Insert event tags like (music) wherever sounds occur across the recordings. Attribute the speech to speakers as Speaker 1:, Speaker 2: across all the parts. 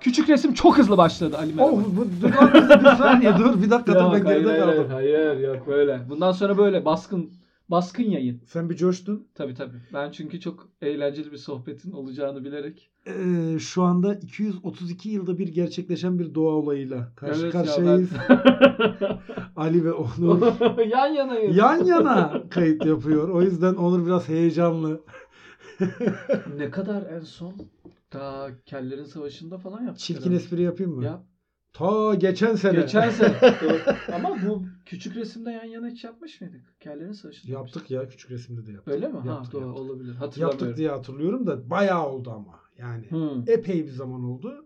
Speaker 1: Küçük resim çok hızlı başladı Ali
Speaker 2: Oh,
Speaker 1: Merhaba.
Speaker 2: bu, dur, dur, bir saniye dur. Bir dakika dur
Speaker 1: Yok,
Speaker 2: ben
Speaker 1: hayır,
Speaker 2: geride
Speaker 1: hayır,
Speaker 2: kaldım.
Speaker 1: hayır, yok böyle. Bundan sonra böyle baskın baskın yayın.
Speaker 2: Sen bir coştun.
Speaker 1: Tabii tabii. Ben çünkü çok eğlenceli bir sohbetin olacağını bilerek.
Speaker 2: Ee, şu anda 232 yılda bir gerçekleşen bir doğa olayıyla karşı
Speaker 1: Evet ya,
Speaker 2: karşıyayız. (laughs) Ali ve Onur
Speaker 1: ben- (laughs) Yan yanayız.
Speaker 2: yan yana kayıt yapıyor. O yüzden Onur biraz heyecanlı.
Speaker 1: Ne kadar en son? Ta kellerin savaşında falan yaptık.
Speaker 2: Çirkin
Speaker 1: herhalde.
Speaker 2: espri yapayım mı?
Speaker 1: Yap.
Speaker 2: Ta geçen sene.
Speaker 1: Geçen sene. Doğru. Ama bu küçük resimde yan yana hiç yapmış mıydık? Kellerin savaşında.
Speaker 2: (laughs) Yaptık ya küçük resimde de yaptık.
Speaker 1: Öyle mi? ha
Speaker 2: Yaptık,
Speaker 1: doğru
Speaker 2: yaptık.
Speaker 1: olabilir.
Speaker 2: Yaptık
Speaker 1: Hatırlamıyorum. Hmm.
Speaker 2: diye hatırlıyorum da bayağı oldu ama. Yani
Speaker 1: Hı.
Speaker 2: epey bir zaman oldu.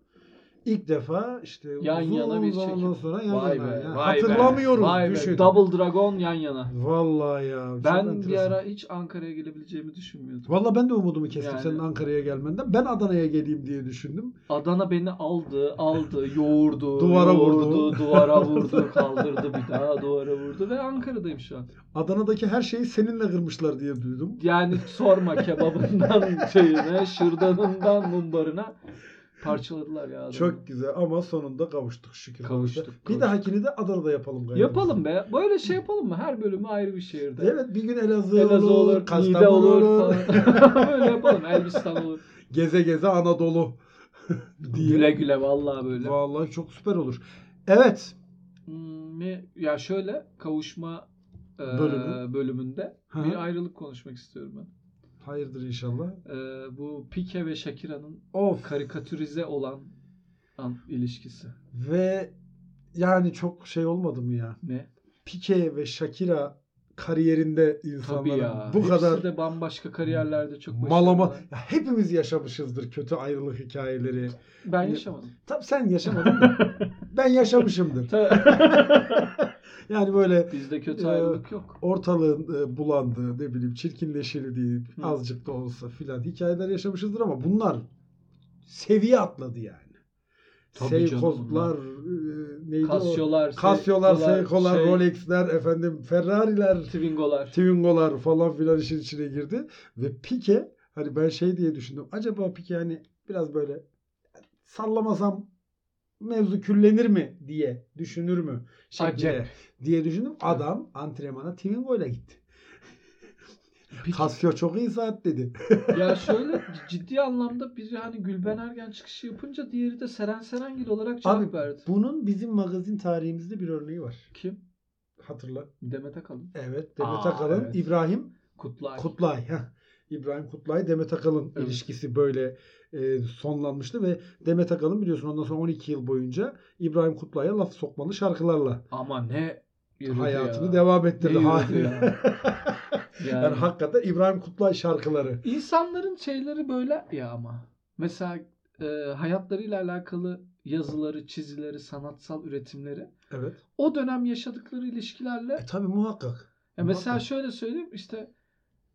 Speaker 2: İlk defa işte
Speaker 1: Yan
Speaker 2: uzun
Speaker 1: yana bir
Speaker 2: zamandan
Speaker 1: çekim.
Speaker 2: sonra yan
Speaker 1: Vay
Speaker 2: yana.
Speaker 1: be,
Speaker 2: yani.
Speaker 1: vay be,
Speaker 2: Hatırlamıyorum.
Speaker 1: Vay
Speaker 2: düşün.
Speaker 1: be. Double Dragon yan yana.
Speaker 2: Vallahi ya. çok
Speaker 1: Ben bir
Speaker 2: enteresan.
Speaker 1: ara hiç Ankara'ya gelebileceğimi düşünmüyordum.
Speaker 2: Vallahi ben de umudumu kestim
Speaker 1: Yani-
Speaker 2: senin Ankara'ya gelmenden. Ben Adana'ya geleyim diye düşündüm.
Speaker 1: Adana beni aldı,
Speaker 2: (laughs)
Speaker 1: aldı, yoğurdu,
Speaker 2: Duvara
Speaker 1: yoğurdu,
Speaker 2: vurdu.
Speaker 1: duvara vurdu, kaldırdı bir daha duvara vurdu ve Ankara'dayım şu an.
Speaker 2: Adana'daki her şeyi seninle kırmışlar diye duydum.
Speaker 1: Yani sorma
Speaker 2: (laughs)
Speaker 1: kebabından şeyine, şırdanından mumbarına parçaladılar ya adamı.
Speaker 2: Çok güzel ama sonunda kavuştuk şükür.
Speaker 1: Kavuştuk,
Speaker 2: Bir
Speaker 1: kavuştuk.
Speaker 2: dahakini de Adana'da yapalım. galiba.
Speaker 1: Yapalım be. Böyle şey yapalım mı? Her bölümü ayrı bir şehirde.
Speaker 2: Evet bir gün Elazığ,
Speaker 1: Elazığ
Speaker 2: olur,
Speaker 1: olur, Niğde
Speaker 2: Kastamonu
Speaker 1: olur.
Speaker 2: olur,
Speaker 1: falan. (laughs) Böyle yapalım. Elbistan olur.
Speaker 2: (laughs) geze
Speaker 1: (laughs)
Speaker 2: geze Anadolu (laughs) diye.
Speaker 1: Güle güle vallahi böyle.
Speaker 2: Vallahi çok süper olur. Evet.
Speaker 1: Hmm, ne- ya şöyle kavuşma e,
Speaker 2: Bölümü.
Speaker 1: bölümünde
Speaker 2: Hı hı.
Speaker 1: bir ayrılık konuşmak istiyorum ben.
Speaker 2: Hayırdır inşallah.
Speaker 1: E, bu Pike ve Shakira'nın
Speaker 2: Of.
Speaker 1: karikatürize olan an, ilişkisi.
Speaker 2: Ve yani çok şey olmadı mı ya?
Speaker 1: Ne?
Speaker 2: Pique ve Shakira kariyerinde
Speaker 1: Tabii
Speaker 2: insanlara
Speaker 1: ya.
Speaker 2: bu
Speaker 1: Hepsi
Speaker 2: kadar
Speaker 1: de bambaşka kariyerlerde çok başarılı.
Speaker 2: malama Ya hepimiz yaşamışızdır kötü ayrılık hikayeleri.
Speaker 1: Ben
Speaker 2: (laughs)
Speaker 1: yaşamadım.
Speaker 2: Tabii sen yaşamadın da
Speaker 1: (laughs)
Speaker 2: ben yaşamışımdır. Yani böyle
Speaker 1: Bizde kötü
Speaker 2: Ee,
Speaker 1: ayrılık yok.
Speaker 2: ortalığın e, bulandığı, ne bileyim çirkinleşildiği
Speaker 1: Hı.
Speaker 2: azıcık da olsa filan hikayeler yaşamışızdır ama bunlar seviye atladı yani.
Speaker 1: Tabii
Speaker 2: Seykozlar, e, neydi o?
Speaker 1: Kasyolar,
Speaker 2: Kasyolar,
Speaker 1: Seikolar,
Speaker 2: Seikolar,
Speaker 1: şey,
Speaker 2: Rolex'ler, efendim Ferrari'ler,
Speaker 1: Twingolar.
Speaker 2: Twingo'lar falan filan işin içine girdi. Ve Pike hani ben şey diye düşündüm. Acaba Pike hani biraz böyle sallamasam mevzu küllenir mi diye düşünür mü? Şeklinde
Speaker 1: Acep.
Speaker 2: diye düşündüm. Adam antrenmana Twingo'yla gitti.
Speaker 1: Pike-
Speaker 2: Casio çok iyi saat dedi.
Speaker 1: ya şöyle ciddi anlamda biri hani Gülben Ergen çıkışı yapınca diğeri de Seren Serengil olarak cevap
Speaker 2: Abi,
Speaker 1: verdi.
Speaker 2: Bunun bizim magazin tarihimizde bir örneği var.
Speaker 1: Kim?
Speaker 2: Hatırla.
Speaker 1: Demet Akalın.
Speaker 2: Evet. Demet
Speaker 1: Aa,
Speaker 2: Akalın,
Speaker 1: evet.
Speaker 2: İbrahim
Speaker 1: Kutlay.
Speaker 2: Kutlay. Heh. İbrahim Kutlay, Demet Akalın
Speaker 1: Evet.
Speaker 2: ilişkisi böyle e, sonlanmıştı ve Demet Akalın biliyorsun ondan sonra 12 yıl boyunca İbrahim Kutlay'a laf sokmalı şarkılarla
Speaker 1: Ama ne yürüdü
Speaker 2: hayatını
Speaker 1: ya.
Speaker 2: devam ettirdi.
Speaker 1: Ne
Speaker 2: Ha-
Speaker 1: yürüdü ya.
Speaker 2: (laughs) yani.
Speaker 1: Yani,
Speaker 2: hakikaten İbrahim Kutlay şarkıları.
Speaker 1: insanların şeyleri böyle ya ama. Mesela e, hayatlarıyla alakalı yazıları, çizileri, sanatsal üretimleri
Speaker 2: Evet.
Speaker 1: o dönem yaşadıkları ilişkilerle
Speaker 2: E, tabii muhakkak.
Speaker 1: ya E, mesela
Speaker 2: muhakkak.
Speaker 1: şöyle söyleyeyim işte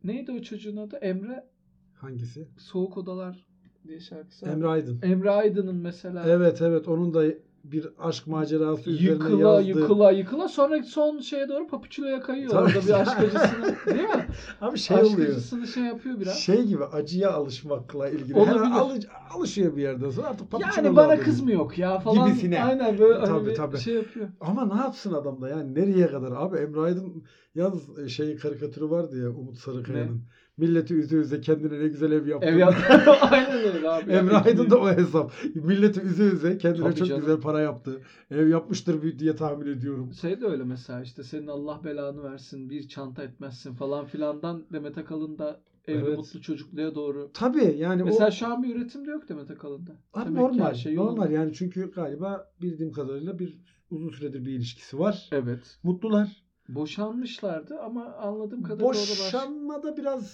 Speaker 1: neydi o çocuğun adı? Emre
Speaker 2: Hangisi?
Speaker 1: Soğuk Odalar diye şarkısı. var.
Speaker 2: Emre Aydın.
Speaker 1: Emre Aydın'ın mesela
Speaker 2: Evet evet onun da bir aşk macerası üzerine
Speaker 1: yıkıla
Speaker 2: yazdığı.
Speaker 1: yıkıla yıkıla sonra son şeye doğru papuçuloya kayıyor.
Speaker 2: Tabii.
Speaker 1: Orada bir aşk acısını değil mi?
Speaker 2: Abi şey
Speaker 1: aşk
Speaker 2: oluyor.
Speaker 1: acısını şey yapıyor biraz.
Speaker 2: Şey gibi acıya alışmakla ilgili.
Speaker 1: Olabilir.
Speaker 2: Her- alı- alışıyor bir yerden sonra artık
Speaker 1: yani
Speaker 2: papuçinola
Speaker 1: bana
Speaker 2: oluyor.
Speaker 1: kız mı yok ya falan.
Speaker 2: Gibisine.
Speaker 1: Aynen böyle hani
Speaker 2: Tabii,
Speaker 1: bir
Speaker 2: tabii.
Speaker 1: şey
Speaker 2: (laughs)
Speaker 1: yapıyor.
Speaker 2: Ama ne yapsın adam da yani nereye kadar abi Emre Aydın yalnız e, şey karikatürü vardı ya Umut Sarıkaya'nın. Milleti üze üze kendine ne güzel ev yaptı.
Speaker 1: Ev yaptı. (laughs) Aynen öyle abi.
Speaker 2: (laughs) Emre
Speaker 1: Yani
Speaker 2: Aydın da o hesap. Milleti üze üze kendine
Speaker 1: Tabii
Speaker 2: çok
Speaker 1: canım.
Speaker 2: güzel para yaptı. Ev yapmıştır büyük diye tahmin ediyorum.
Speaker 1: Şey de öyle mesela işte senin Allah belanı versin bir çanta etmezsin falan filandan Demet Akalın da evli
Speaker 2: Evet.
Speaker 1: mutlu çocukluğa doğru.
Speaker 2: Tabii yani
Speaker 1: Mesela
Speaker 2: o
Speaker 1: şu an bir üretim de yok Demet Akalın'da.
Speaker 2: abi
Speaker 1: Demek ki
Speaker 2: normal.
Speaker 1: her şey yolunda.
Speaker 2: normal yani çünkü galiba bildiğim kadarıyla bir uzun süredir bir ilişkisi var.
Speaker 1: Evet.
Speaker 2: Mutlular.
Speaker 1: Boşanmışlardı ama anladığım kadarıyla orada baş-
Speaker 2: Boşanmada biraz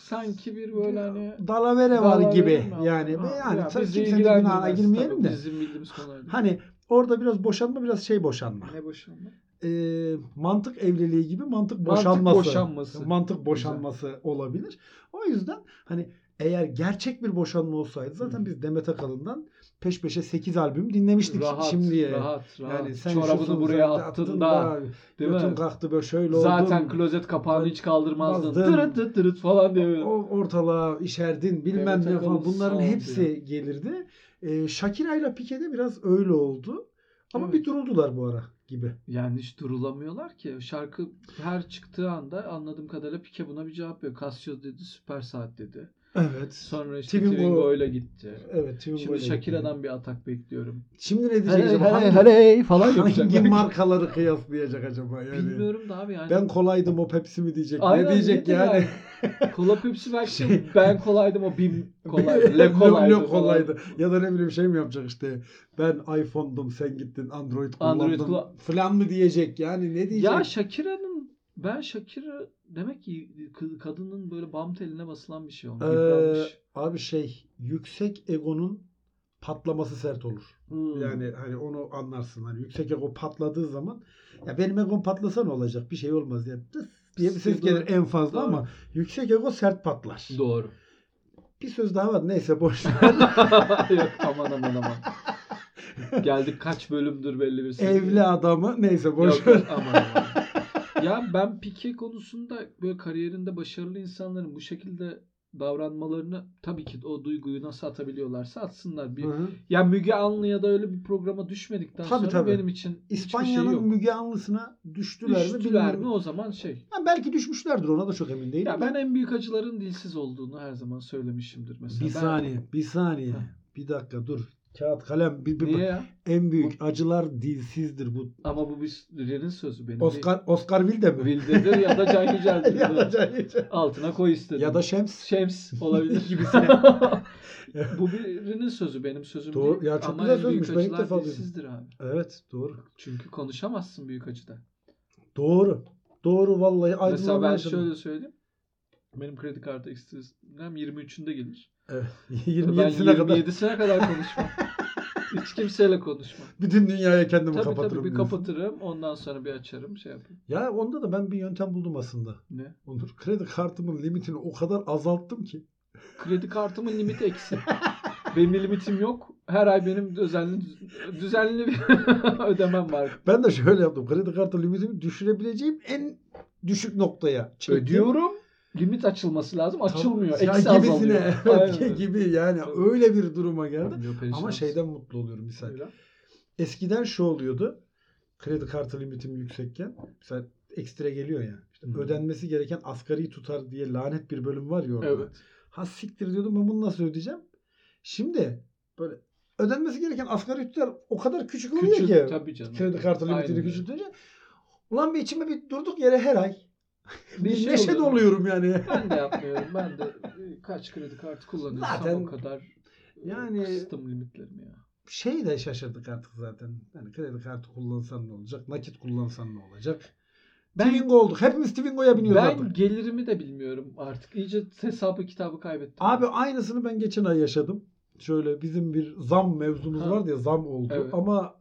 Speaker 1: sanki bir böyle hani
Speaker 2: dalavere var
Speaker 1: Dalavere
Speaker 2: gibi
Speaker 1: mi?
Speaker 2: yani
Speaker 1: Ha,
Speaker 2: yani
Speaker 1: ya
Speaker 2: tabii
Speaker 1: bizi
Speaker 2: kimsenin
Speaker 1: ilgilendirmez
Speaker 2: günahına girmeyelim
Speaker 1: tabii,
Speaker 2: de
Speaker 1: Bizim bildiğimiz konular. değil.
Speaker 2: hani orada biraz boşanma biraz şey boşanma
Speaker 1: Ne boşanma?
Speaker 2: Ee, mantık evliliği gibi mantık
Speaker 1: Mantık
Speaker 2: boşanması
Speaker 1: boşanması.
Speaker 2: mantık boşanması olabilir o yüzden hani eğer gerçek bir boşanma olsaydı zaten
Speaker 1: Hı.
Speaker 2: biz Demet Akalın'dan peş peşe 8 albüm dinlemiştik
Speaker 1: Rahat,
Speaker 2: şimdiye
Speaker 1: rahat, rahat.
Speaker 2: yani sen
Speaker 1: Çorabını
Speaker 2: şusun,
Speaker 1: buraya
Speaker 2: sen de
Speaker 1: attın da, değil mi?
Speaker 2: götün kalktı böyle şöyle
Speaker 1: Zaten
Speaker 2: oldun
Speaker 1: klozet kapağını hiç kaldırmazdın.
Speaker 2: Bazdın.
Speaker 1: Dırıt dırıt dırıt falan diye böyle.
Speaker 2: o ortalığa işerdin bilmem
Speaker 1: Evet,
Speaker 2: ne falan
Speaker 1: Akalın
Speaker 2: bunların
Speaker 1: sağ
Speaker 2: hepsi gelirdi. Ee, Shakira ile Pique'de biraz öyle oldu. Ama
Speaker 1: Evet.
Speaker 2: bir duruldular bu ara gibi.
Speaker 1: Yani hiç durulamıyorlar ki. Şarkı her çıktığı anda anladığım kadarıyla Pike buna bir cevap veriyor. Casio dedi, Süper Saat dedi.
Speaker 2: Evet.
Speaker 1: Sonra işte
Speaker 2: Twingo-
Speaker 1: Twingo'yla gitti.
Speaker 2: Evet. Timur
Speaker 1: Şimdi
Speaker 2: böyle gitti.
Speaker 1: Shakira'dan bir atak bekliyorum.
Speaker 2: Şimdi ne diyecek acaba? Hangi-
Speaker 1: falan
Speaker 2: Hangi markaları kıyaslayacak acaba yani?
Speaker 1: şey Bilmiyorum da abi yani.
Speaker 2: Ben kolaydım o Pepsi mi diyecek?
Speaker 1: Aynen,
Speaker 2: ne diyecek
Speaker 1: nedir
Speaker 2: (laughs) yani?
Speaker 1: Kola Pepsi belki
Speaker 2: Şey-
Speaker 1: de ben kolaydım o
Speaker 2: (laughs)
Speaker 1: bim kolaydı.
Speaker 2: Le
Speaker 1: Le kolaydı.
Speaker 2: Le
Speaker 1: falan.
Speaker 2: kolaydı. Ya da ne bileyim şey mi yapacak işte? Ben iPhone'dum sen gittin Android kullandın
Speaker 1: Android kula-
Speaker 2: falan mı diyecek? Yani ne diyecek?
Speaker 1: Ya Shakira'nın ben Shakira demek ki kı- kadının böyle bam teline basılan bir şey olmuş.
Speaker 2: Ee,
Speaker 1: yıpranmış.
Speaker 2: abi şey yüksek egonun patlaması sert olur.
Speaker 1: Hmm.
Speaker 2: Yani hani onu anlarsın. Hani yüksek ego patladığı zaman ya benim egom patlasa ne olacak? Bir şey olmaz diye. Tıs diye bir ses
Speaker 1: Sıkıntı-
Speaker 2: gelir en fazla
Speaker 1: Doğru.
Speaker 2: ama yüksek ego sert patlar.
Speaker 1: Doğru. (laughs)
Speaker 2: Bir söz daha var. Neyse boş ver.
Speaker 1: Yok aman aman
Speaker 2: (laughs)
Speaker 1: aman. Geldik kaç bölümdür belli bir seviyeye.
Speaker 2: Evli adamı neyse boş
Speaker 1: şey- Yok,
Speaker 2: ver.
Speaker 1: yok, aman aman. ya ben Pique konusunda böyle kariyerinde başarılı insanların bu şekilde davranmalarını tabii ki o duyguyu nasıl atabiliyorlarsa atsınlar. Bir,
Speaker 2: Hı hı.
Speaker 1: ya Müge Anlı'ya da öyle bir programa düşmedikten
Speaker 2: Tabii,
Speaker 1: sonra
Speaker 2: tabii.
Speaker 1: benim için
Speaker 2: İspanya'nın
Speaker 1: hiçbir şey yok.
Speaker 2: Müge Anlısı'na düştüler, mi
Speaker 1: Düştüler
Speaker 2: bilmiyorum.
Speaker 1: mi o zaman şey.
Speaker 2: Ha, belki düşmüşlerdir ona da çok emin değilim.
Speaker 1: Ya ben en büyük acıların dilsiz olduğunu her zaman söylemişimdir mesela.
Speaker 2: bir
Speaker 1: Ben-
Speaker 2: saniye, bir saniye.
Speaker 1: Ha.
Speaker 2: Bir dakika dur. Kağıt kalem. Bir, bir-
Speaker 1: Niye ya?
Speaker 2: En büyük acılar dilsizdir bu.
Speaker 1: Ama bu bir Rir'in sözü benim.
Speaker 2: Oscar Oscar Wilde mi?
Speaker 1: Wilde'dir ya da Can
Speaker 2: (laughs)
Speaker 1: Yücel'dir.
Speaker 2: ya da Can Yücel.
Speaker 1: Altına koy istedim.
Speaker 2: Ya da Şems. (laughs)
Speaker 1: Şems olabilir.
Speaker 2: Gibisine.
Speaker 1: Bu birinin sözü benim sözüm
Speaker 2: Doğru.
Speaker 1: değil.
Speaker 2: Ya çok
Speaker 1: Ama
Speaker 2: güzel
Speaker 1: en büyük
Speaker 2: sözmüş. Ben ilk
Speaker 1: acılar
Speaker 2: defa duydum.
Speaker 1: dilsizdir abi.
Speaker 2: (laughs) Evet doğru.
Speaker 1: Çünkü konuşamazsın büyük acıda.
Speaker 2: Doğru. Doğru vallahi
Speaker 1: Mesela ben
Speaker 2: aydınlanma yaşadım.
Speaker 1: şöyle söyleyeyim. Benim kredi kartı ekstrizem 23'ünde gelir.
Speaker 2: Evet.
Speaker 1: Ben
Speaker 2: 27'sine kadar
Speaker 1: 27'sine kadar
Speaker 2: (laughs)
Speaker 1: konuşmam. Hiç kimseyle konuşmam.
Speaker 2: bütün dünyaya kendimi
Speaker 1: Tabii
Speaker 2: kapatırım.
Speaker 1: tabii bir
Speaker 2: diyorsun.
Speaker 1: kapatırım. Ondan sonra bir açarım şey yapayım.
Speaker 2: Ya onda da ben bir yöntem buldum aslında.
Speaker 1: Ne?
Speaker 2: Onur kredi kartımın limitini o kadar azalttım ki.
Speaker 1: Kredi kartımın limiti eksi. benim bir limitim yok. Her ay benim düzenli düzenli bir (laughs) ödemem var.
Speaker 2: Ben de şöyle yaptım. Kredi kartı limitimi düşürebileceğim en düşük noktaya çektim.
Speaker 1: Ödüyorum. Limit açılması lazım. Açılmıyor.
Speaker 2: Ya
Speaker 1: Eksi
Speaker 2: gibisine,
Speaker 1: azalıyor.
Speaker 2: (laughs) evet,
Speaker 1: Aynen.
Speaker 2: gibi yani
Speaker 1: Tabii.
Speaker 2: öyle bir duruma geldi.
Speaker 1: Yok, perişan
Speaker 2: Ama
Speaker 1: mısın?
Speaker 2: şeyden mutlu oluyorum misal.
Speaker 1: Öyle.
Speaker 2: Eskiden şu oluyordu. Kredi kartı limitim yüksekken mesela ekstra geliyor ya. İşte
Speaker 1: Hı.
Speaker 2: ödenmesi gereken asgari tutar diye lanet bir bölüm var ya orada.
Speaker 1: Evet.
Speaker 2: Ha siktir diyordum ben bunu nasıl ödeyeceğim? Şimdi böyle ödenmesi gereken asgari tutar o kadar küçük oluyor
Speaker 1: Küçük
Speaker 2: ki.
Speaker 1: tabii canım.
Speaker 2: kredi kartı
Speaker 1: Aynen
Speaker 2: limitini
Speaker 1: öyle.
Speaker 2: küçültünce ulan bir içime bir durduk yere her ay bir
Speaker 1: şey
Speaker 2: neşe
Speaker 1: oluyor.
Speaker 2: doluyorum yani.
Speaker 1: Ben de yapmıyorum. Ben de e, kaç kredi kartı kullanıyorsam
Speaker 2: Zaten
Speaker 1: o kadar e,
Speaker 2: yani-
Speaker 1: kıstım limitlerimi ya.
Speaker 2: Şey de şaşırdık artık zaten. Yani kredi kartı kullansan ne olacak? Nakit kullansan ne olacak?
Speaker 1: Ben-
Speaker 2: Twingo olduk. Hepimiz Twingo'ya biniyoruz
Speaker 1: Ben
Speaker 2: artık.
Speaker 1: gelirimi de bilmiyorum artık. İyice hesabı kitabı kaybettim.
Speaker 2: Abi aynısını ben geçen ay yaşadım. Şöyle bizim bir zam mevzumuz
Speaker 1: Ha.
Speaker 2: vardı ya zam oldu.
Speaker 1: Evet.
Speaker 2: Ama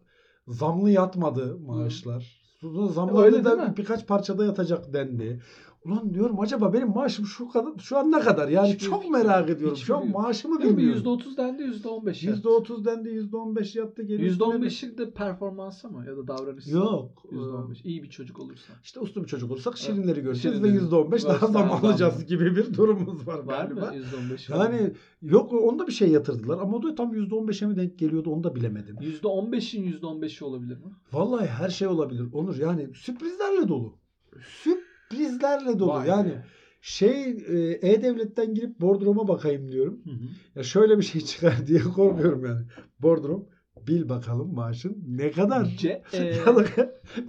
Speaker 2: zamlı yatmadı maaşlar. Sonra
Speaker 1: Öyle
Speaker 2: zamlı
Speaker 1: değil mi?
Speaker 2: da birkaç parçada yatacak dendi. Ulan diyorum acaba benim maaşım şu kadar şu an ne kadar? Yani
Speaker 1: Hiçbir
Speaker 2: çok
Speaker 1: fikrim
Speaker 2: merak
Speaker 1: yok.
Speaker 2: ediyorum.
Speaker 1: Hiçbir
Speaker 2: Şu an
Speaker 1: fikrim yok.
Speaker 2: maaşımı
Speaker 1: Değil mi?
Speaker 2: bilmiyorum.
Speaker 1: %30 dendi %15 yaptı.
Speaker 2: %30 dendi %15 yattı geliyor.
Speaker 1: %15'lik de performansa mı ya da davranışsa mı?
Speaker 2: Yok. Ee,
Speaker 1: %15. İyi bir çocuk olursan.
Speaker 2: İşte uslu bir çocuk olursak şirinleri göreceğiz ve
Speaker 1: Şirinleri.
Speaker 2: %15 daha
Speaker 1: Varsa
Speaker 2: zam
Speaker 1: zam.
Speaker 2: alacağız gibi bir durumumuz var
Speaker 1: Var mı
Speaker 2: galiba.
Speaker 1: %15? var mı?
Speaker 2: Yani yok onda bir şey yatırdılar ama o da tam %15'e mi denk geliyordu onu da bilemedim.
Speaker 1: %15'in %15'i olabilir mi?
Speaker 2: Vallahi her şey olabilir Onur yani sürprizlerle dolu. Sürprizlerle dolu
Speaker 1: Vay
Speaker 2: yani.
Speaker 1: be.
Speaker 2: Şey e, e-devletten girip bordroma bakayım diyorum.
Speaker 1: Hı hı.
Speaker 2: Ya şöyle bir şey (laughs) çıkar diye korkuyorum yani. Bordrom bil bakalım maaşın ne kadar. (laughs)
Speaker 1: C. E,
Speaker 2: Ya da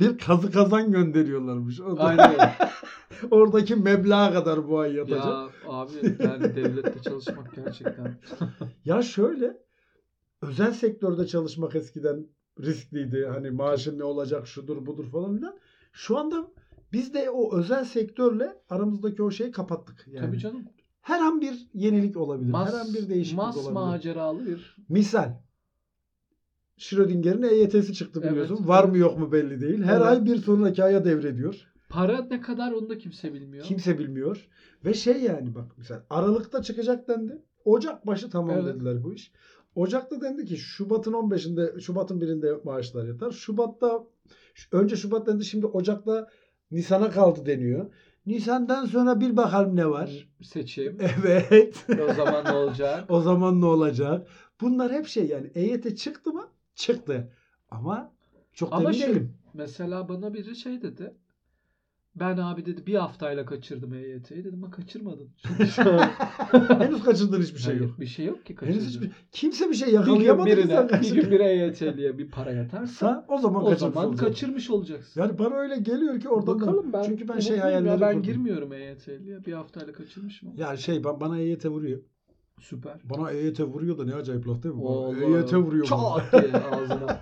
Speaker 2: bir kazı kazan gönderiyorlarmış. O da (laughs)
Speaker 1: Aynen öyle.
Speaker 2: Oradaki meblağa kadar bu ay yatacak. Ya,
Speaker 1: Ya abi yani devlette çalışmak gerçekten.
Speaker 2: şöyle özel sektörde çalışmak eskiden riskliydi. Hani maaşın ne olacak şudur budur falan filan. Şu anda biz de o özel sektörle aramızdaki o şeyi kapattık. (laughs) Yani
Speaker 1: Tabii canım.
Speaker 2: her an bir yenilik olabilir. her an
Speaker 1: Mas,
Speaker 2: bir değişiklik
Speaker 1: mas
Speaker 2: olabilir.
Speaker 1: maceralı bir
Speaker 2: Misal Schrödinger'in EYT'si çıktı
Speaker 1: Evet.
Speaker 2: biliyorsun. Var mı yok mu belli değil. Her
Speaker 1: Evet.
Speaker 2: ay bir sonraki aya devrediyor.
Speaker 1: para ne kadar onu da kimse bilmiyor.
Speaker 2: Kimse bilmiyor. Ve şey yani bak mesela Aralık'ta çıkacak dendi. Ocak başı tamam
Speaker 1: Evet.
Speaker 2: dediler bu iş. Ocak'ta dendi ki Şubat'ın 15'inde, Şubat'ın birinde maaşlar yatar. Şubat'ta önce Şubat dendi şimdi Ocak'ta Nisan'a kaldı deniyor. Nisan'dan sonra bir bakalım ne var. (laughs)
Speaker 1: Seçim.
Speaker 2: Evet.
Speaker 1: o zaman ne olacak?
Speaker 2: o zaman ne olacak? Bunlar hep şey yani EYT çıktı mı? Çıktı. Ama çok da
Speaker 1: Ama
Speaker 2: emin
Speaker 1: şey-
Speaker 2: değilim.
Speaker 1: Mesela bana biri şey dedi. Ben abi dedi bir haftayla kaçırdım EYT'yi. Dedim ha kaçırmadın.
Speaker 2: (laughs) Henüz kaçırdığın hiçbir şey yok.
Speaker 1: Hayır, Bir şey yok ki kaçırdın.
Speaker 2: Henüz hiçbir, kimse bir şey
Speaker 1: bir gün
Speaker 2: yakalayamadı. ki sen
Speaker 1: birine, bir
Speaker 2: kaçırdın.
Speaker 1: gün bir EYT'liye bir para yatarsa
Speaker 2: Sen o zaman
Speaker 1: o
Speaker 2: kaçırmış
Speaker 1: zaman
Speaker 2: olacaksın.
Speaker 1: kaçırmış olacaksın.
Speaker 2: Yani bana öyle geliyor ki oradan da-
Speaker 1: Bakalım ben
Speaker 2: Çünkü ben E şey
Speaker 1: umutluyum ya,
Speaker 2: hayalleri
Speaker 1: ben
Speaker 2: kurdum.
Speaker 1: girmiyorum EYT'liye. Bir haftayla kaçırmışım. ama.
Speaker 2: Ya şey ben, bana EYT vuruyor.
Speaker 1: Süper.
Speaker 2: Bana EYT vuruyor da ne acayip laf değil mi?
Speaker 1: Vallahi.
Speaker 2: Bana EYT E vuruyor. bana.
Speaker 1: Çat diye ağzına.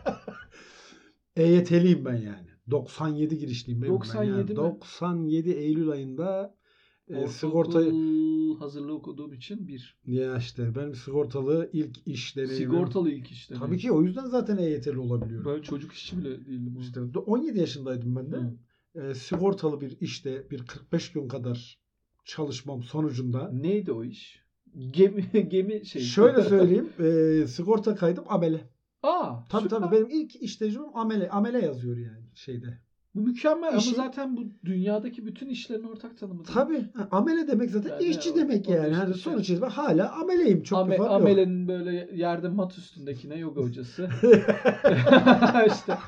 Speaker 2: EYT'liyim ben yani. 97 girişliyim benim
Speaker 1: 97
Speaker 2: ben yani.
Speaker 1: mi?
Speaker 2: 97 Eylül ayında (laughs) e, sigorta
Speaker 1: Ortaokul hazırlığı okuduğum için bir.
Speaker 2: ya işte ben sigortalı ilk iş deneyimim.
Speaker 1: Sigortalı ilk işte.
Speaker 2: Tabii ki o yüzden zaten EYT'li olabiliyorum.
Speaker 1: Ben çocuk işçi bile değildim.
Speaker 2: İşte 17 yaşındaydım ben de.
Speaker 1: Hı.
Speaker 2: E, sigortalı bir işte bir 45 gün kadar çalışmam sonucunda
Speaker 1: Neydi o iş? Gemi (laughs) gemi şey.
Speaker 2: şöyle söyleyeyim e, sigorta kaydım amele.
Speaker 1: Aa,
Speaker 2: Tabii
Speaker 1: süper.
Speaker 2: tabii benim ilk iş tecrübem amele. Amele yazıyor yani şeyde.
Speaker 1: Bu mükemmel
Speaker 2: İşi-
Speaker 1: ama zaten bu dünyadaki bütün işlerin ortak tanımı. değil mi?
Speaker 2: Tabii ha, amele demek zaten
Speaker 1: Yani
Speaker 2: işçi
Speaker 1: o-
Speaker 2: demek
Speaker 1: o
Speaker 2: yani.
Speaker 1: işte
Speaker 2: Hani
Speaker 1: şey.
Speaker 2: sonuç itibariyle hala ameleyim çok
Speaker 1: Ame-
Speaker 2: bir fark yok.
Speaker 1: amelenin böyle yerde mat üstündekine yoga
Speaker 2: (laughs)
Speaker 1: hocası. işte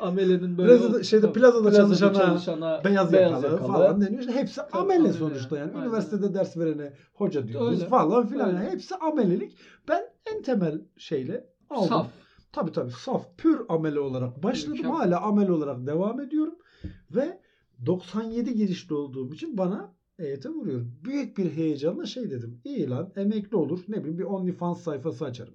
Speaker 1: amelenin böyle
Speaker 2: Plazada- şeyde plazada çalışana Beyaz, yakalı, falan deniyor. İşte hepsi amele
Speaker 1: amele.
Speaker 2: sonuçta yani.
Speaker 1: Aynen.
Speaker 2: Üniversitede ders verene hoca diyoruz
Speaker 1: Öyle.
Speaker 2: falan filan. Yani
Speaker 1: Öyle.
Speaker 2: hepsi amelelik. Ben en temel şeyle aldım.
Speaker 1: Saf.
Speaker 2: Tabii tabii saf pür amele olarak başladım.
Speaker 1: Mükemmel.
Speaker 2: Hala amele olarak devam ediyorum. Ve 97 girişli olduğum için bana EYT vuruyor. Büyük bir heyecanla şey dedim. İyi lan emekli olur. Ne bileyim bir OnlyFans sayfası açarım.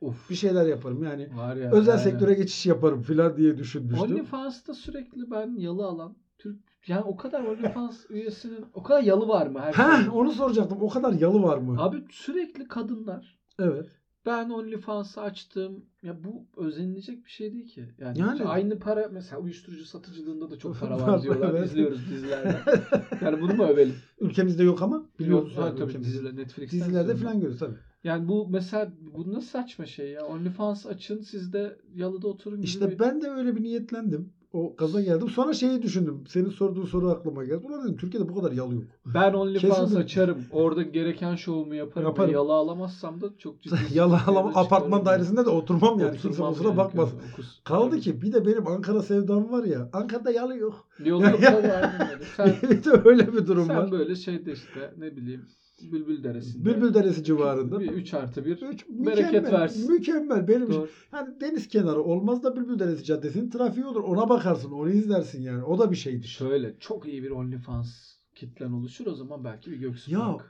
Speaker 1: Of.
Speaker 2: Bir şeyler yaparım yani.
Speaker 1: Var ya.
Speaker 2: Özel
Speaker 1: aynen.
Speaker 2: sektöre geçiş yaparım filan diye düşünmüştüm.
Speaker 1: OnlyFans'ta sürekli ben yalı alan Türk yani o kadar OnlyFans (laughs) üyesinin o kadar yalı var mı her
Speaker 2: Ha
Speaker 1: şeyin?
Speaker 2: onu soracaktım. O kadar yalı var mı?
Speaker 1: Abi sürekli kadınlar
Speaker 2: Evet.
Speaker 1: ben OnlyFans'ı açtım. Ya bu özenilecek bir şey değil ki. Yani,
Speaker 2: Yani.
Speaker 1: işte aynı para mesela uyuşturucu satıcılığında da
Speaker 2: (laughs)
Speaker 1: çok para
Speaker 2: Var,
Speaker 1: var diyorlar.
Speaker 2: evet.
Speaker 1: İzliyoruz dizilerden.
Speaker 2: (laughs)
Speaker 1: Yani bunu mu övelim?
Speaker 2: Ülkemizde yok ama biliyoruz.
Speaker 1: Yok, ha,
Speaker 2: yani
Speaker 1: tabii
Speaker 2: ülkemizde.
Speaker 1: diziler Netflix'ten
Speaker 2: Dizilerde
Speaker 1: sonra.
Speaker 2: filan görüyoruz tabii.
Speaker 1: Yani bu mesela bu nasıl saçma şey ya? OnlyFans açın siz de yalıda oturun gibi.
Speaker 2: İşte ben de öyle bir niyetlendim. O gaza geldim. Sonra şeyi düşündüm. Senin sorduğun soru aklıma geldi. Ulan dedim Türkiye'de bu kadar yalı yok.
Speaker 1: ben OnlyFans
Speaker 2: Kesin-
Speaker 1: açarım. Orada gereken şovumu yaparım.
Speaker 2: Yaparım.
Speaker 1: yaparım. Yalı alamazsam da çok ciddi.
Speaker 2: (laughs) yalı
Speaker 1: sıkıntıya
Speaker 2: alama
Speaker 1: da
Speaker 2: apartman
Speaker 1: çıkarım.
Speaker 2: dairesinde de oturmam yani. Kimse
Speaker 1: Oturmam
Speaker 2: kusura
Speaker 1: yani,
Speaker 2: bakmaz.
Speaker 1: kimse okus-
Speaker 2: Kaldı
Speaker 1: Tabii.
Speaker 2: ki bir de benim Ankara sevdam var ya. Ankara'da
Speaker 1: (laughs)
Speaker 2: yalı yok.
Speaker 1: Yok yok yok, aynen öyle. Sen,
Speaker 2: (laughs) bir de öyle bir durum
Speaker 1: sen
Speaker 2: var.
Speaker 1: böyle şeyde işte ne bileyim Bülbül Deresi'nde.
Speaker 2: Bülbül Deresi civarında.
Speaker 1: Bir 3 artı 1.
Speaker 2: Üç,
Speaker 1: Bereket
Speaker 2: mükemmel,
Speaker 1: versin.
Speaker 2: Mükemmel. Benim için.
Speaker 1: Doğru.
Speaker 2: Yani deniz kenarı olmaz da Bülbül Deresi Caddesi'nin trafiği olur. Ona bakarsın. Onu izlersin yani. O da bir şeydir.
Speaker 1: Şöyle çok iyi bir OnlyFans kitlen oluşur o zaman belki bir Göksu
Speaker 2: Ya,
Speaker 1: Park.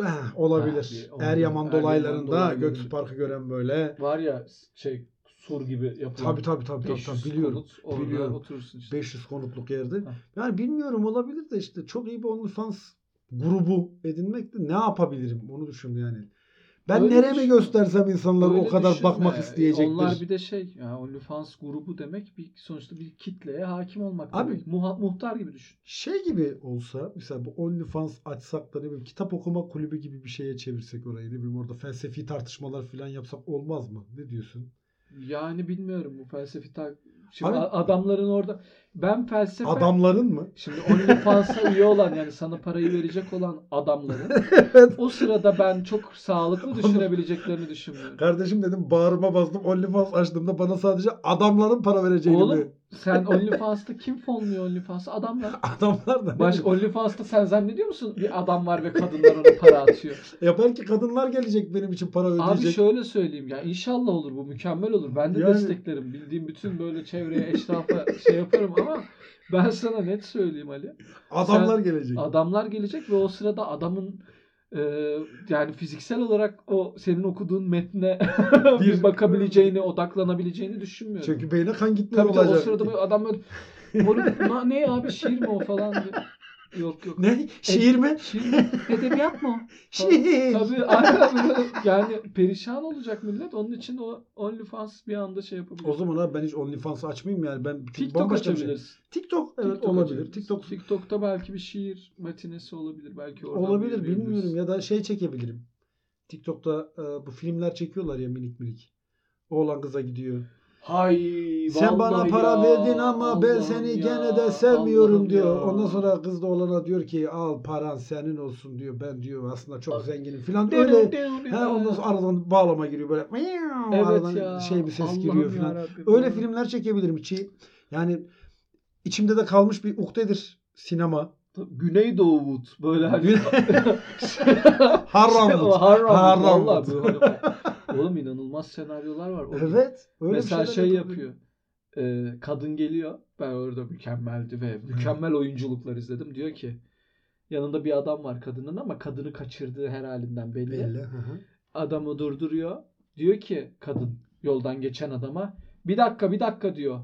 Speaker 2: Eh,
Speaker 1: Ha,
Speaker 2: olabilir.
Speaker 1: bir on-
Speaker 2: Er Yaman
Speaker 1: Er
Speaker 2: dolaylarında
Speaker 1: Yaman
Speaker 2: Göksu
Speaker 1: dolayları.
Speaker 2: Park'ı gören böyle.
Speaker 1: Var ya şey sur gibi yapılan.
Speaker 2: Tabii tabii tabii tabii,
Speaker 1: 500
Speaker 2: tabii biliyorum.
Speaker 1: konut orada
Speaker 2: biliyorum.
Speaker 1: oturursun işte.
Speaker 2: 500 konutluk yerde.
Speaker 1: Ha.
Speaker 2: Yani bilmiyorum olabilir de işte çok iyi bir OnlyFans grubu edinmek de ne yapabilirim onu düşün yani. Ben
Speaker 1: Öyle
Speaker 2: nereme
Speaker 1: düşün.
Speaker 2: göstersem insanlar
Speaker 1: Öyle
Speaker 2: o kadar
Speaker 1: düşünme. E,
Speaker 2: bakmak isteyecektir.
Speaker 1: Onlar bir de şey yani OnlyFans grubu demek bir sonuçta bir kitleye hakim olmak
Speaker 2: Abi-
Speaker 1: demek. Muha- muhtar gibi düşün.
Speaker 2: Şey gibi olsa mesela bu OnlyFans açsak da ne bileyim kitap okuma kulübü gibi bir şeye çevirsek orayı ne bileyim orada felsefi tartışmalar falan yapsak olmaz mı? Ne diyorsun?
Speaker 1: Yani bilmiyorum bu felsefi tak. Şimdi
Speaker 2: Abi-
Speaker 1: a- adamların orada ben felsefe
Speaker 2: Adamların mı?
Speaker 1: Şimdi OnlyFans'a üye olan yani sana parayı verecek olan adamların
Speaker 2: (laughs) evet.
Speaker 1: o sırada ben çok sağlıklı düşünebileceklerini düşünmüyorum.
Speaker 2: Kardeşim dedim bağrıma bastım OnlyFans açtığımda bana sadece adamların para vereceğini
Speaker 1: Oğlum
Speaker 2: mi? (laughs)
Speaker 1: sen OnlyFans'ta kim fonluyor OnlyFans'ı? Adamlar.
Speaker 2: Adamlar da ne
Speaker 1: Baş
Speaker 2: bileyim.
Speaker 1: OnlyFans'ta sen zannediyor musun bir adam var ve kadınlar ona para
Speaker 2: (laughs)
Speaker 1: atıyor.
Speaker 2: Ya belki kadınlar gelecek benim için para
Speaker 1: Abi
Speaker 2: ödeyecek.
Speaker 1: şöyle söyleyeyim ya inşallah olur bu mükemmel olur. Ben de
Speaker 2: Yani-
Speaker 1: desteklerim. Bildiğim bütün böyle çevreye eşrafa şey yaparım ama ben sana net söyleyeyim Ali.
Speaker 2: Adamlar
Speaker 1: Sen-
Speaker 2: gelecek.
Speaker 1: Adamlar gelecek ve o sırada adamın e, yani fiziksel olarak o senin okuduğun metne (laughs)
Speaker 2: Bir-
Speaker 1: bir bakabileceğini, odaklanabileceğini düşünmüyorum.
Speaker 2: Çünkü beyne kan gitmiyor
Speaker 1: tabii, tabii o
Speaker 2: olacak.
Speaker 1: sırada böyle adam böyle "Moruk, na- ne abi şiir mi o falan diyor. Yok yok.
Speaker 2: Ne? Şiir mi?
Speaker 1: Şiir mi? Edebiyat mı o?
Speaker 2: Şiir.
Speaker 1: Tabii aynen böyle yani perişan olacak millet. Onun için o OnlyFans bir anda şey yapabilir.
Speaker 2: O zaman abi ben hiç OnlyFans açmayayım yani. Ben çünkü
Speaker 1: TikTok
Speaker 2: bambaşka bir şey.
Speaker 1: açabilirsin.
Speaker 2: TikTok evet
Speaker 1: TikTok
Speaker 2: olabilir.
Speaker 1: açabilirsin.
Speaker 2: TikTok
Speaker 1: TikTok'ta belki bir şiir matinesi olabilir. Belki oradan
Speaker 2: olabilir
Speaker 1: yürüyebilirsin.
Speaker 2: bilmiyorum ya da şey çekebilirim. TikTok'ta e, bu filmler çekiyorlar ya minik minik. Oğlan kıza gidiyor.
Speaker 1: Hay
Speaker 2: Sen bana
Speaker 1: vallahi
Speaker 2: para
Speaker 1: ya,
Speaker 2: verdin ama ben
Speaker 1: Allah'ım
Speaker 2: seni
Speaker 1: ya,
Speaker 2: gene de sevmiyorum
Speaker 1: Allah'ım
Speaker 2: diyor.
Speaker 1: ya.
Speaker 2: Ondan sonra kız da oğlana diyor ki al paran senin olsun diyor. Ben diyor aslında çok
Speaker 1: Bak.
Speaker 2: zenginim falan.
Speaker 1: Deu,
Speaker 2: Öyle
Speaker 1: deu, deu.
Speaker 2: he, ondan sonra aradan bağlama giriyor böyle. Miyav, aradan şey bir ses
Speaker 1: Allah'ım
Speaker 2: giriyor falan.
Speaker 1: yarabbim.
Speaker 2: Öyle filmler çekebilirim ki yani içimde de kalmış bir ukdedir sinema.
Speaker 1: Güneydoğu Wood böyle hani. (laughs) Şey,
Speaker 2: Harram. Wood.
Speaker 1: Harram.
Speaker 2: Harram
Speaker 1: Vallahi
Speaker 2: Wood.
Speaker 1: böyle- Oğlum inanılmaz senaryolar var. O gün.
Speaker 2: evet. Öyle
Speaker 1: Mesela
Speaker 2: bir şeyler
Speaker 1: şey
Speaker 2: yapabilirim.
Speaker 1: yapıyor. Ee, kadın geliyor. Ben orada mükemmeldi ve mükemmel oyunculuklar izledim. Diyor ki yanında bir adam var kadının ama kadını kaçırdığı her halinden belli.
Speaker 2: Belli. hı hı.
Speaker 1: Adamı durduruyor. Diyor ki kadın yoldan geçen adama bir dakika bir dakika diyor.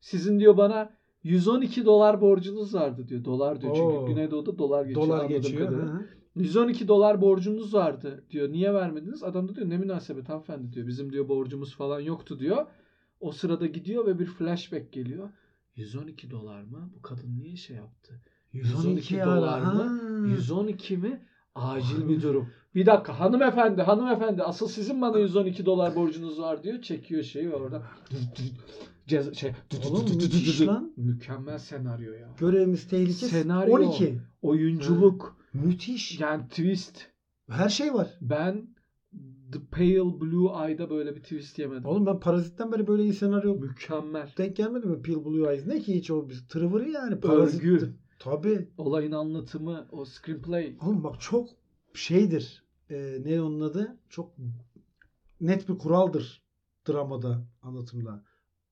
Speaker 1: Sizin diyor bana 112 dolar borcunuz vardı diyor. Dolar diyor. Çünkü
Speaker 2: Oo.
Speaker 1: Güneydoğu'da dolar geçiyor.
Speaker 2: Dolar
Speaker 1: anladığım
Speaker 2: geçiyor.
Speaker 1: kadarıyla.
Speaker 2: hı hı.
Speaker 1: 112 dolar borcunuz vardı diyor. Niye vermediniz? Adam da diyor ne münasebet hanımefendi diyor. Bizim diyor borcumuz falan yoktu diyor. O sırada gidiyor ve bir flashback geliyor. 112 dolar mı? Bu kadın niye şey yaptı? 112
Speaker 2: ara,
Speaker 1: dolar mı?
Speaker 2: ha.
Speaker 1: 112 mi? Acil
Speaker 2: Vay
Speaker 1: bir
Speaker 2: be.
Speaker 1: durum. Bir dakika hanımefendi hanımefendi asıl sizin bana 112 dolar borcunuz var diyor. Çekiyor şeyi ve orada ceza, şey,
Speaker 2: Oğlum müthiş lan.
Speaker 1: mükemmel senaryo ya.
Speaker 2: Görevimiz tehlike.
Speaker 1: Senaryo.
Speaker 2: 12.
Speaker 1: Oyunculuk
Speaker 2: Müthiş.
Speaker 1: yani twist
Speaker 2: Her şey var.
Speaker 1: Ben The Pale Blue Eye'da böyle bir twist yemedim.
Speaker 2: Oğlum ben Parazit'ten beri böyle iyi senaryo
Speaker 1: Mükemmel.
Speaker 2: denk gelmedi mi? Pale Blue Eyes ne ki hiç o bir tırvırı yani.
Speaker 1: Örgü.
Speaker 2: Tabii.
Speaker 1: Olayın anlatımı, o screenplay.
Speaker 2: Oğlum bak çok şeydir. Ee, ne onun adı? Çok net bir kuraldır dramada, anlatımda.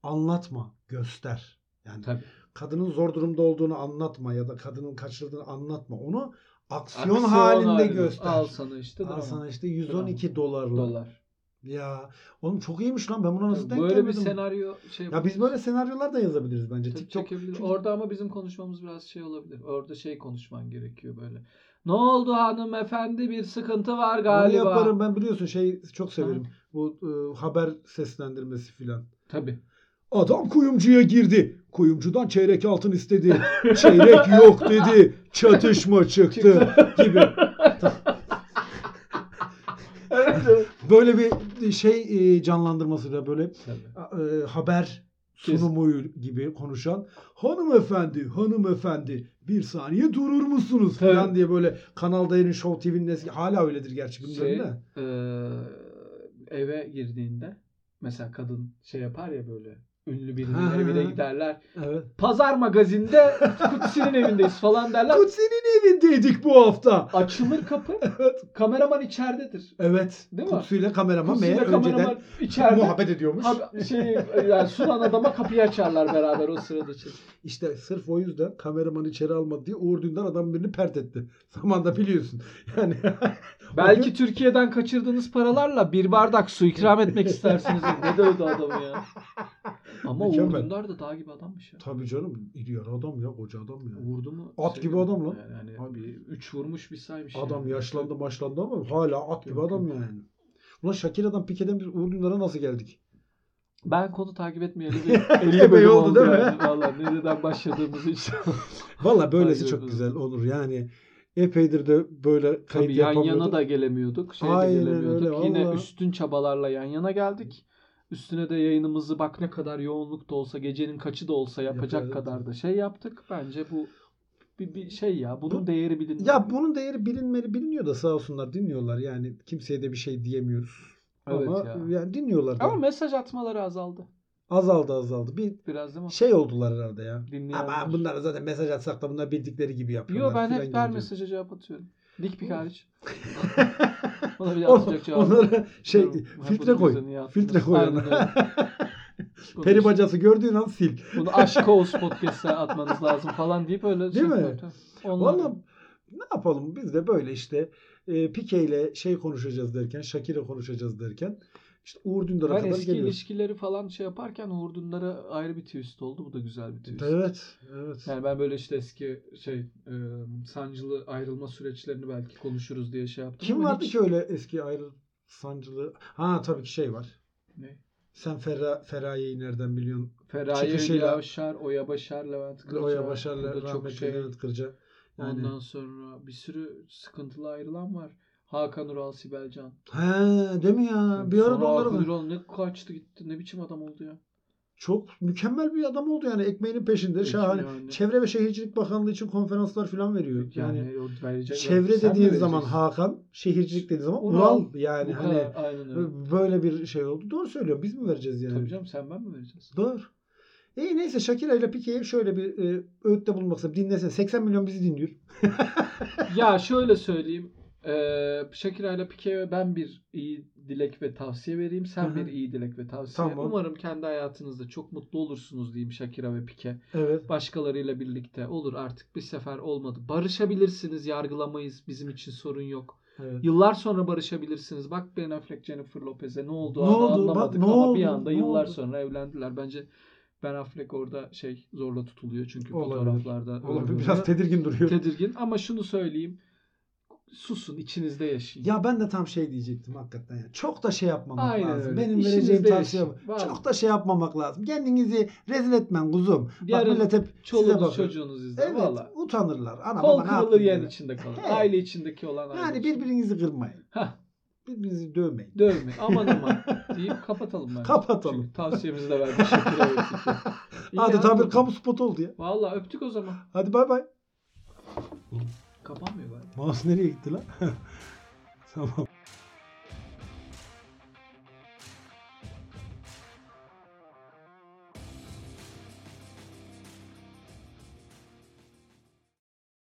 Speaker 2: Anlatma, göster. Yani
Speaker 1: Tabii.
Speaker 2: kadının zor durumda olduğunu anlatma ya da kadının kaçırıldığını anlatma. Onu aksiyon,
Speaker 1: Aksiyon
Speaker 2: halinde
Speaker 1: halinde.
Speaker 2: göster.
Speaker 1: Al sana işte
Speaker 2: Al
Speaker 1: drama.
Speaker 2: sana işte 112 dolarla.
Speaker 1: dolar.
Speaker 2: Ya oğlum çok iyiymiş lan ben buna nasıl denk
Speaker 1: Böyle bir
Speaker 2: gelmedim?
Speaker 1: senaryo şey
Speaker 2: Ya biz böyle senaryolar da yazabiliriz bence.
Speaker 1: Tabii
Speaker 2: TikTok
Speaker 1: çekebilir.
Speaker 2: çünkü-
Speaker 1: Orada ama bizim konuşmamız biraz şey olabilir. Orada şey konuşman gerekiyor böyle. Ne oldu hanımefendi bir sıkıntı var
Speaker 2: Onu
Speaker 1: galiba.
Speaker 2: yaparım ben biliyorsun şey çok severim. Bu e, haber seslendirmesi filan. (laughs)
Speaker 1: Tabii.
Speaker 2: Adam kuyumcuya girdi. Kuyumcudan çeyrek altın istedi. Çeyrek yok dedi. Çatışma çıktı gibi.
Speaker 1: Evet.
Speaker 2: Böyle bir şey e, canlandırması da böyle
Speaker 1: Tabii.
Speaker 2: e, haber
Speaker 1: Kes-
Speaker 2: sunumu gibi konuşan hanımefendi hanımefendi bir saniye durur musunuz
Speaker 1: Tabii.
Speaker 2: falan diye böyle Kanal D'nin Show TV'nin eski hala öyledir gerçi
Speaker 1: Şey,
Speaker 2: bilmiyorum da.
Speaker 1: Ee, eve girdiğinde mesela kadın şey yapar ya böyle
Speaker 2: (laughs)
Speaker 1: ünlü birinin
Speaker 2: Ha,
Speaker 1: evine
Speaker 2: ha.
Speaker 1: giderler.
Speaker 2: Evet.
Speaker 1: Pazar magazinde Kutsi'nin evindeyiz falan
Speaker 2: (laughs)
Speaker 1: derler.
Speaker 2: Kutsi'nin evindeydik bu hafta.
Speaker 1: Açılır kapı. Kameraman içeridedir.
Speaker 2: Evet.
Speaker 1: Değil mi?
Speaker 2: Kutsu ile kameraman
Speaker 1: Kutsi ile
Speaker 2: meğer önceden
Speaker 1: kameraman içeride.
Speaker 2: muhabbet ediyormuş.
Speaker 1: Hab- şey yani sunan adama kapıyı açarlar beraber o sırada. Şey.
Speaker 2: İşte sırf o yüzden kameramanı içeri almadı diye Uğur Dündar adam birini pert etti. (laughs) Zamanda biliyorsun. (laughs) Yani
Speaker 1: Belki Türkiye'den kaçırdığınız paralarla bir bardak su ikram etmek istersiniz. (laughs) ne dövdü adamı ya. Ama Uğur
Speaker 2: Mükemmel.
Speaker 1: Dündar da dağ gibi adammış ya.
Speaker 2: Tabii canım. İdiyor adam ya. Koca adam ya.
Speaker 1: Vurdu mu? şey-
Speaker 2: At gibi adam lan.
Speaker 1: Yani, hani
Speaker 2: Abi.
Speaker 1: bir üç vurmuş bir saymış.
Speaker 2: Adam
Speaker 1: yani.
Speaker 2: yaşlandı maşlandı ama hala at gibi
Speaker 1: Yok,
Speaker 2: adam
Speaker 1: yok.
Speaker 2: yani. Ulan Şakira'dan Pike'den biz Uğur Dündar'a nasıl (laughs) geldik?
Speaker 1: Ben konu takip
Speaker 2: (laughs)
Speaker 1: etmeyeli bir 50
Speaker 2: Epey
Speaker 1: bölüm
Speaker 2: oldu
Speaker 1: oldu
Speaker 2: değil mi?
Speaker 1: yani. Valla nereden başladığımızı hiç.
Speaker 2: Valla böylesi
Speaker 1: Hayır,
Speaker 2: çok
Speaker 1: yok.
Speaker 2: güzel olur yani. Epeydir de böyle kayıt
Speaker 1: Tabii yan yana
Speaker 2: yapamıyorduk.
Speaker 1: da gelemiyorduk. Şey
Speaker 2: Aynen
Speaker 1: de gelemiyorduk.
Speaker 2: öyle,
Speaker 1: Yine
Speaker 2: valla.
Speaker 1: üstün çabalarla yan yana geldik. Üstüne de yayınımızı bak ne kadar yoğunluk da olsa gecenin kaçı da olsa yapacak
Speaker 2: Yaparız.
Speaker 1: kadar da şey yaptık. Bence bu bir, bir şey ya. Bunun
Speaker 2: Bu-
Speaker 1: değeri bilinmiyor.
Speaker 2: Ya bunun değeri bilinmeli biliniyor da sağ olsunlar dinliyorlar yani kimseye de bir şey diyemiyoruz.
Speaker 1: evet
Speaker 2: ama
Speaker 1: ya.
Speaker 2: yani dinliyorlar da.
Speaker 1: Ama mesaj atmaları azaldı.
Speaker 2: azaldı azaldı. Bir
Speaker 1: Biraz değil mi?
Speaker 2: şey oldular herhalde ya.
Speaker 1: Dinleyenler.
Speaker 2: Ama bunlar zaten mesaj atsak da bunlar bildikleri gibi yapıyorlar.
Speaker 1: Yo ben
Speaker 2: filan
Speaker 1: hep
Speaker 2: gibi
Speaker 1: her
Speaker 2: diyor.
Speaker 1: mesaja cevap atıyorum. Dik pik
Speaker 2: Hı. (laughs)
Speaker 1: hariç. Ona bir
Speaker 2: Onu-
Speaker 1: atacak cevap.
Speaker 2: Onlara şey
Speaker 1: Tamam. Ha,
Speaker 2: filtre
Speaker 1: bunun
Speaker 2: koy.
Speaker 1: üzerine yaptınız.
Speaker 2: Filtre koy
Speaker 1: Aynen öyle.
Speaker 2: ona.
Speaker 1: Bunu
Speaker 2: (laughs) Peri
Speaker 1: işte-
Speaker 2: bacası gördüğün an sil.
Speaker 1: Bunu aşk Oğuz podcast'e atmanız lazım falan deyip öyle şey
Speaker 2: Değil mi?
Speaker 1: yapıyor. Onlar-
Speaker 2: Valla ne yapalım biz de böyle işte e, Pike ile şey konuşacağız derken Shakira konuşacağız derken işte Uğur Dündar'a
Speaker 1: ben
Speaker 2: kadar
Speaker 1: eski
Speaker 2: geliyoruz.
Speaker 1: ilişkileri falan şey yaparken Uğur Dündar'a ayrı bir twist oldu. Bu da güzel bir twist.
Speaker 2: Evet. evet.
Speaker 1: Yani ben böyle işte eski şey e, sancılı ayrılma süreçlerini belki konuşuruz diye şey yaptım.
Speaker 2: Kim
Speaker 1: ama
Speaker 2: vardı
Speaker 1: hiç-
Speaker 2: ki öyle eski ayrı sancılı? Ha tabii ki şey var.
Speaker 1: Ne?
Speaker 2: Sen Ferra, Feraye'yi nereden biliyorsun?
Speaker 1: Feraye
Speaker 2: Çıkışıyla-
Speaker 1: Yavşar, Oya Başar, Levent Kırca.
Speaker 2: Oya Başar'la
Speaker 1: Bu da çok
Speaker 2: rahmetli
Speaker 1: şey.
Speaker 2: Levent Kırca. Yani.
Speaker 1: Ondan sonra bir sürü sıkıntılı ayrılan var. Hakan Ural, Sibel Can.
Speaker 2: He değil mi ya? Bir ara
Speaker 1: Sonra
Speaker 2: da onları
Speaker 1: Hakan
Speaker 2: mı?
Speaker 1: Ural ne kaçtı gitti. Ne biçim adam oldu ya.
Speaker 2: çok mükemmel bir adam oldu yani ekmeğinin peşinde
Speaker 1: Peki
Speaker 2: şahane.
Speaker 1: yani.
Speaker 2: Çevre ve Şehircilik Bakanlığı için konferanslar falan veriyor. Yani,
Speaker 1: Yani, o verecek-
Speaker 2: çevre
Speaker 1: sen mi
Speaker 2: dediğin zaman
Speaker 1: vereceksin?
Speaker 2: Hakan, şehircilik dediğin zaman
Speaker 1: Ural.
Speaker 2: Ural
Speaker 1: Bu
Speaker 2: yani hani
Speaker 1: kadar, aynen öyle.
Speaker 2: böyle bir şey oldu. Doğru söylüyorum. Biz mi vereceğiz yani?
Speaker 1: Tabii canım sen ben mi
Speaker 2: (laughs)
Speaker 1: vereceğiz?
Speaker 2: Doğru. İyi neyse Shakira ile Pique'ye şöyle bir e, öğütte bulunmak istedim. Dinlesene. 80 milyon bizi dinliyor.
Speaker 1: ya şöyle söyleyeyim. Ee, Shakira ile Pique'ye ben bir iyi dilek ve tavsiye vereyim. Sen
Speaker 2: Hı hı.
Speaker 1: bir iyi dilek ve tavsiye.
Speaker 2: Tamam.
Speaker 1: Umarım kendi hayatınızda çok mutlu olursunuz diyeyim Shakira ve Pique.
Speaker 2: Evet.
Speaker 1: Başkalarıyla birlikte olur artık bir sefer olmadı. Barışabilirsiniz yargılamayız bizim için sorun yok.
Speaker 2: evet.
Speaker 1: Yıllar sonra barışabilirsiniz. Bak Ben Affleck Jennifer Lopez'e ne oldu
Speaker 2: Ne
Speaker 1: hala
Speaker 2: oldu?
Speaker 1: anlamadık
Speaker 2: Bak, ne
Speaker 1: ama bir
Speaker 2: oldu?
Speaker 1: anda
Speaker 2: Ne
Speaker 1: yıllar
Speaker 2: oldu?
Speaker 1: sonra evlendiler. Bence Ben Affleck orada şey zorla tutuluyor çünkü
Speaker 2: Olabilir.
Speaker 1: fotoğraflarda
Speaker 2: Oğlum,
Speaker 1: görülüyor.
Speaker 2: biraz tedirgin duruyor.
Speaker 1: tedirgin ama şunu söyleyeyim. Susun içinizde yaşayın.
Speaker 2: Ya ben de tam şey diyecektim hakikaten. ya. Çok da şey yapmamak
Speaker 1: Aynen
Speaker 2: lazım.
Speaker 1: öyle.
Speaker 2: Benim
Speaker 1: İşinizde
Speaker 2: vereceğim tavsiye
Speaker 1: yaşayın.
Speaker 2: bu.
Speaker 1: Vallahi.
Speaker 2: çok da şey yapmamak lazım. Kendinizi rezil etmen kuzum.
Speaker 1: Yarın
Speaker 2: Bak millet hep size
Speaker 1: Çoluğunuz
Speaker 2: bakıyor.
Speaker 1: çocuğunuz izler
Speaker 2: Evet
Speaker 1: valla.
Speaker 2: utanırlar. Ana
Speaker 1: Kol
Speaker 2: baba ne
Speaker 1: kırılır
Speaker 2: yaptın
Speaker 1: yen
Speaker 2: diye.
Speaker 1: içinde kalır.
Speaker 2: He.
Speaker 1: Aile içindeki olan aile
Speaker 2: Yani
Speaker 1: içinde.
Speaker 2: birbirinizi kırmayın.
Speaker 1: Hah,
Speaker 2: Birbirinizi dövmeyin.
Speaker 1: dövme aman aman deyip kapatalım bence.
Speaker 2: Kapatalım.
Speaker 1: Çünkü tavsiyemizi de
Speaker 2: (laughs)
Speaker 1: verdik. Şekilde öptük. İyi
Speaker 2: Hadi tabii
Speaker 1: anladım.
Speaker 2: kamu spotu oldu ya.
Speaker 1: Valla öptük o zaman.
Speaker 2: Hadi bay bay.
Speaker 1: Kapanmıyor bari.
Speaker 2: Mouse nereye gitti lan? tamam.